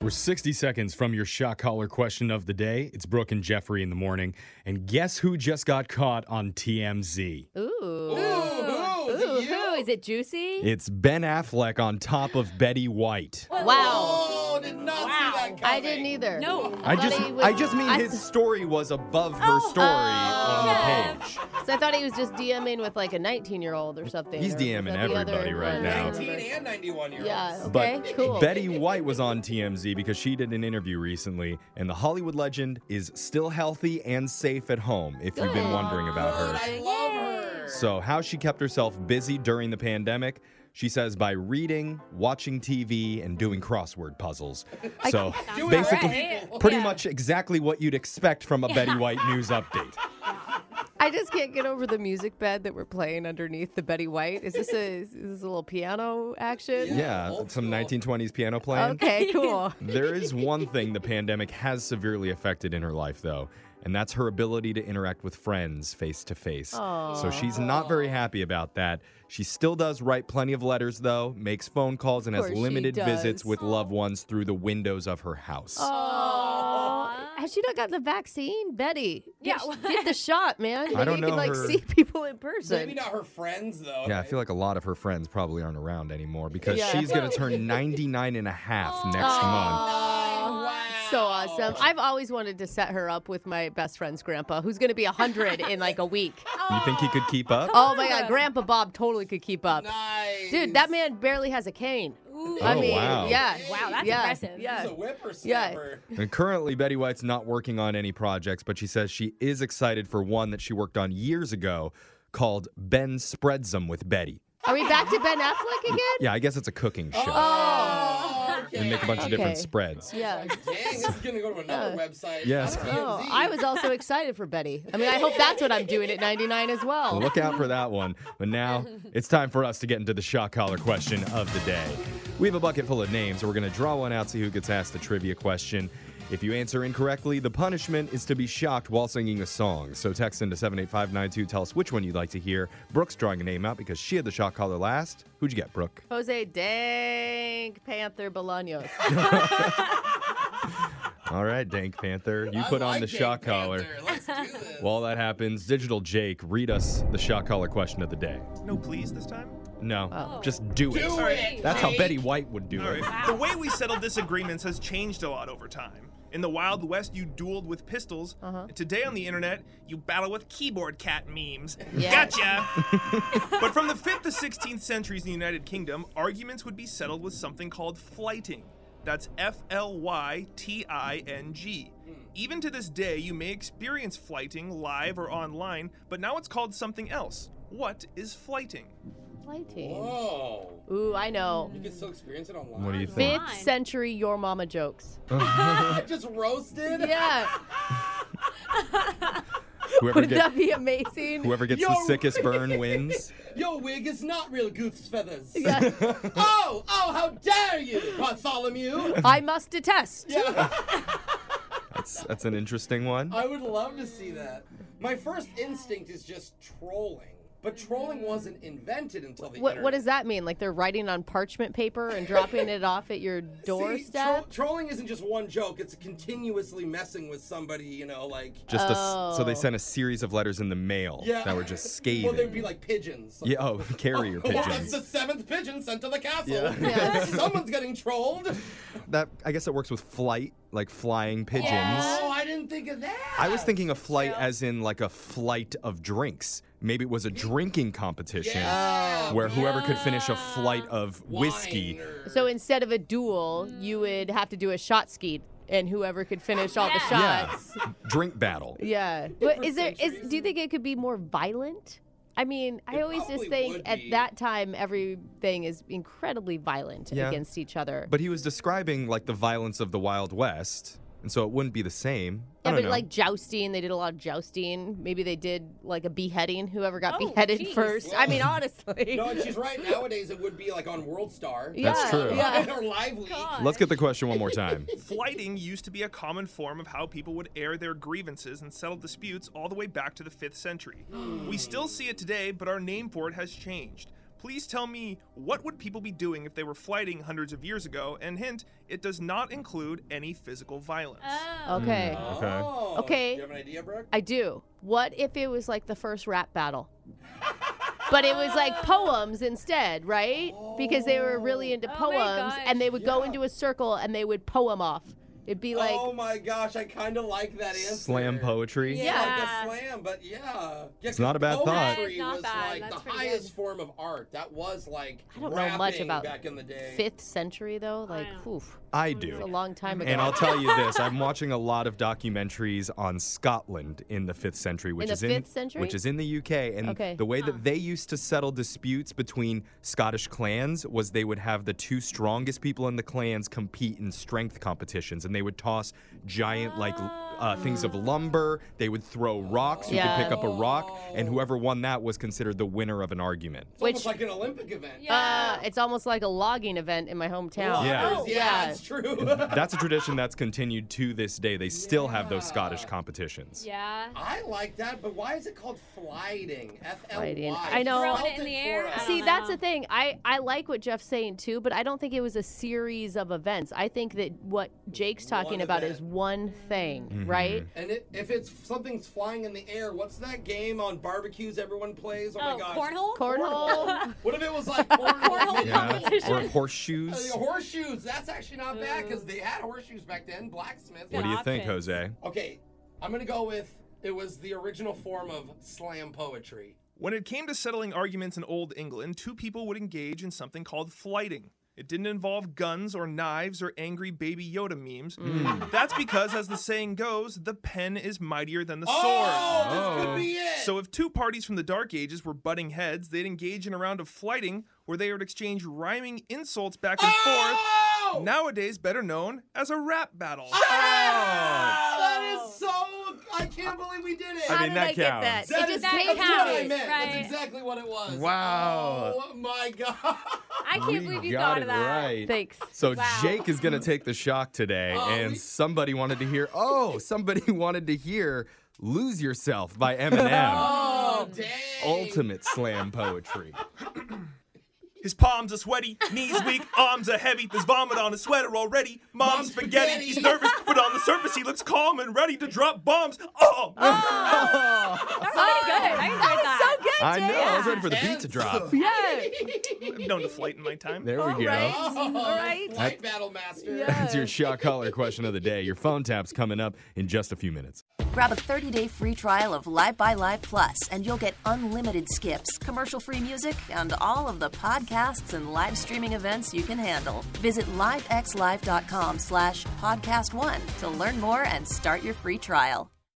We're 60 seconds from your shot collar question of the day. It's Brooke and Jeffrey in the morning. And guess who just got caught on TMZ? Ooh. Ooh, who? Is it you? who? Is it juicy? It's Ben Affleck on top of Betty White. Wow. Oh, did not Wow. see that coming. I didn't either. No. I thought just he was- I just mean I- his story was above her Oh, story on the page. So I thought he was just DMing with like a 19 year old or something. He's or was DMing that the other everybody right one? now. 19 and 91 year olds. Yeah. Okay, But cool. Betty White was on TMZ because she did an interview recently, and the Hollywood legend is still healthy and safe at home, if you've been Good. wondering about Good, her. I love her. So, how she kept herself busy during the pandemic, she says by reading, watching TV, and doing crossword puzzles. So, Do it basically, right. pretty Yeah. much exactly what you'd expect from a Betty White news update. I just can't get over the music bed that we're playing underneath the Betty White. Is this a, is this a little piano action? Yeah, old some school. 1920s piano playing. Okay, cool. There is one thing the pandemic has severely affected in her life, though, and that's her ability to interact with friends face to face. So she's not Oh. very happy about that. She still does write plenty of letters, though, makes phone calls, and has course she limited visits does. with loved ones through the windows of her house. Oh, has she not gotten the vaccine, Betty? Get, Yeah. get the shot, man. Maybe don't you know can like her- see people in Maybe person. not her friends, though. Yeah, I feel like a lot of her friends probably aren't around anymore because Yeah. she's going to turn 99 and a half next month. Oh, wow. So awesome. I've always wanted to set her up with my best friend's grandpa, who's going to be 100 in like a week. You think he could keep up? Oh my God, Grandpa Bob totally could keep up. Nice. Dude, that man barely has a cane. Ooh. I Oh, mean, wow. yeah. Wow, that's yeah, impressive. Yeah. He's a whippersnapper. And currently, Betty White's not working on any projects, but she says she is excited for one that she worked on years ago called Ben Spreads 'em with Betty. Are we back to Ben Affleck again? Yeah, I guess it's a cooking show. Oh, okay. They make a bunch of different Okay. spreads. Yeah. Dang, this is gonna go to another website. Yes. Not Oh, TMZ. I was also excited for Betty. I mean, I hope that's what I'm doing at 99 as well. Look out for that one. But now it's time for us to get into the shot collar question of the day. We have a bucket full of names. We're going to draw one out, see who gets asked the trivia question. If you answer incorrectly, the punishment is to be shocked while singing a song. So text into 78592. Tell us which one you'd like to hear. Brooke's drawing a name out because she had the shot collar last. Who'd you get, Brooke? Jose Dank Panther Bolaños. All right, Dank Panther. You I put on like the Dave shot collar. Panther. Let's do this. While that happens, Digital Jake, read us the shot collar question of the day. No, please this time. No, just do it. do it. That's how Jake. Betty White would do All it. right. The way we settle disagreements has changed a lot over time. In the Wild West, you dueled with pistols. And Today on the internet, you battle with keyboard cat memes. Yeah. Gotcha! but from the 5th to 16th centuries in the United Kingdom, arguments would be settled with something called flighting. That's F L Y T I N G. Even to this day, you may experience flighting live or online, but now it's called something else. What is flighting? Lighting. Oh, Ooh, I know. you can still experience it online. What do you think? Fifth century your mama jokes. Just roasted. Yeah. Whoever, Would get- that be amazing? whoever gets the Yo. sickest burn wins. Your wig is not real goose feathers. Yeah. Oh, oh, how dare you, Bartholomew! I must detest. Yeah, That's, that's an interesting one. I would love to see that. My first instinct is just trolling, but trolling wasn't invented until the What, internet. what does that mean? Like they're writing on parchment paper and dropping it off at your See, tro- doorstep? trolling isn't just one joke; it's continuously messing with somebody. You know, like Just a s so they Oh. sent a series of letters in the mail yeah, that were just Well, they'd be scathing. like pigeons. yeah, oh, carrier Well, that's pigeons. the seventh pigeon sent to the castle. Yeah. Yeah. Someone's getting trolled. That I guess it works with flight, like flying pigeons. Oh, I didn't think of that. I was thinking of flight as in like a flight of drinks. Maybe it was a drinking competition Yeah. where whoever could finish a flight of whiskey. Wine or- So instead of a duel, you would have to do a shot ski, and whoever could finish all the Yeah. shots. Drink battle. Yeah. But is there is centuries. do you think it could be more violent? I mean, I It always just probably think would at be. that time everything is incredibly violent Yeah. against each other. But he was describing like the violence of the Wild West, and so it wouldn't be the same. I yeah, don't but know. like jousting, they did a lot of jousting. Maybe they did like a beheading, whoever got Oh, beheaded geez. first. I mean, honestly. No, and she's right. Nowadays, it would be like on World Star. yeah, That's true. Yeah. or Live Leak. Let's get the question one more time. Flighting used to be a common form of how people would air their grievances and settle disputes all the way back to the 5th century. We still see it today, but our name for it has changed. Please tell me what would people be doing if they were flighting hundreds of years ago? And hint, it does not include any physical violence. Oh. Mm. Okay. Okay. Oh, Okay. Do you have an idea, Brooke? I do. What if it was like the first rap battle? But it was like poems instead, right? Because they were really into Oh my poems gosh. and they would go Yeah. into a circle and they would poem off. It'd be like oh my gosh, I kind of like that answer. Slam poetry. Yeah. Like a slam, but yeah. yeah it's not a bad thought. That is not was bad. like That's the pretty highest good. form of art. That was like I don't know much rapping about back in the day. 5th century though, like know. oof, I it's do. a long time ago. And I'll tell you this: I'm watching a lot of documentaries on Scotland in the fifth century, which the is in 5th century? which is in the UK. And Okay. Ah. the way that they used to settle disputes between Scottish clans was they would have the two strongest people in the clans compete in strength competitions, and they would toss giant like l- uh, things Ah. of lumber. They would throw rocks. You Yeah. could pick up a rock, Oh. and whoever won that was considered the winner of an argument. It's Which- almost like an Olympic event. uh, it's almost like a logging event in my hometown. Yeah. Oh, Loggers, Oh, Yeah. it's true. That's a tradition that's continued to this day. They still have those Scottish competitions. Yeah. I like that, but why is it called flighting? F L Flighting. Y. I know. Spelled Throwing it in the air? for I us. don't See, know. that's the thing. I, I like what Jeff's saying too, but I don't think it was a series of events. I think that what Jake's talking One about event. is one thing, Mm-hmm. right? And it, if it's something's flying in the air, what's that game on barbecues everyone plays? Oh, Oh, my gosh. cornhole? Cornhole. What if it was like cornhole? Cornhole yeah. competition. Or Uh, horseshoes. Horseshoes. That's actually not bad because they had horseshoes back then. Blacksmiths. What do you think, Options. Jose? Okay, I'm gonna go with it was the original form of slam poetry. When it came to settling arguments in Old England, two people would engage in something called flighting. It didn't involve guns or knives or angry baby Yoda memes. That's because, as the saying goes, the pen is mightier than the sword. Oh, this Oh. could be it. So if two parties from the Dark Ages were butting heads, they'd engage in a round of flighting where they would exchange rhyming insults back and Oh! forth, nowadays better known as a rap battle. that is so. I can't believe we did it. Oh. I mean, did that I get that? counts. It That just is that came that's what I counts, out. meant. right. That's exactly what it was. Wow. Oh my god. Oh, I can't believe you thought of that. Thanks. So Wow. Jake is gonna take the shock today, Oh, and we- somebody wanted to hear. Oh, somebody wanted to hear "Lose Yourself" by Eminem. Um, Oh dang. Ultimate slam poetry. His palms are sweaty, knees weak, arms are heavy. There's vomit on his sweater already. Mom's, Mom's spaghetti. spaghetti. He's nervous, but on the surface he looks calm and ready to drop bombs. Oh, That was pretty good. I enjoyed that. So good, I Jake. know. I was ready for the beat to drop. Yeah. I've known to flight in my time. There we go. right. Oh, Right? Flight battle master. That's your shock collar question of the day. Your phone tap's coming up in just a few minutes. Grab a 30-day free trial of Live by Live Plus, and you'll get unlimited skips, commercial-free music, and all of the podcasts and live streaming events you can handle. Visit livexlive.com slash podcast one to learn more and start your free trial.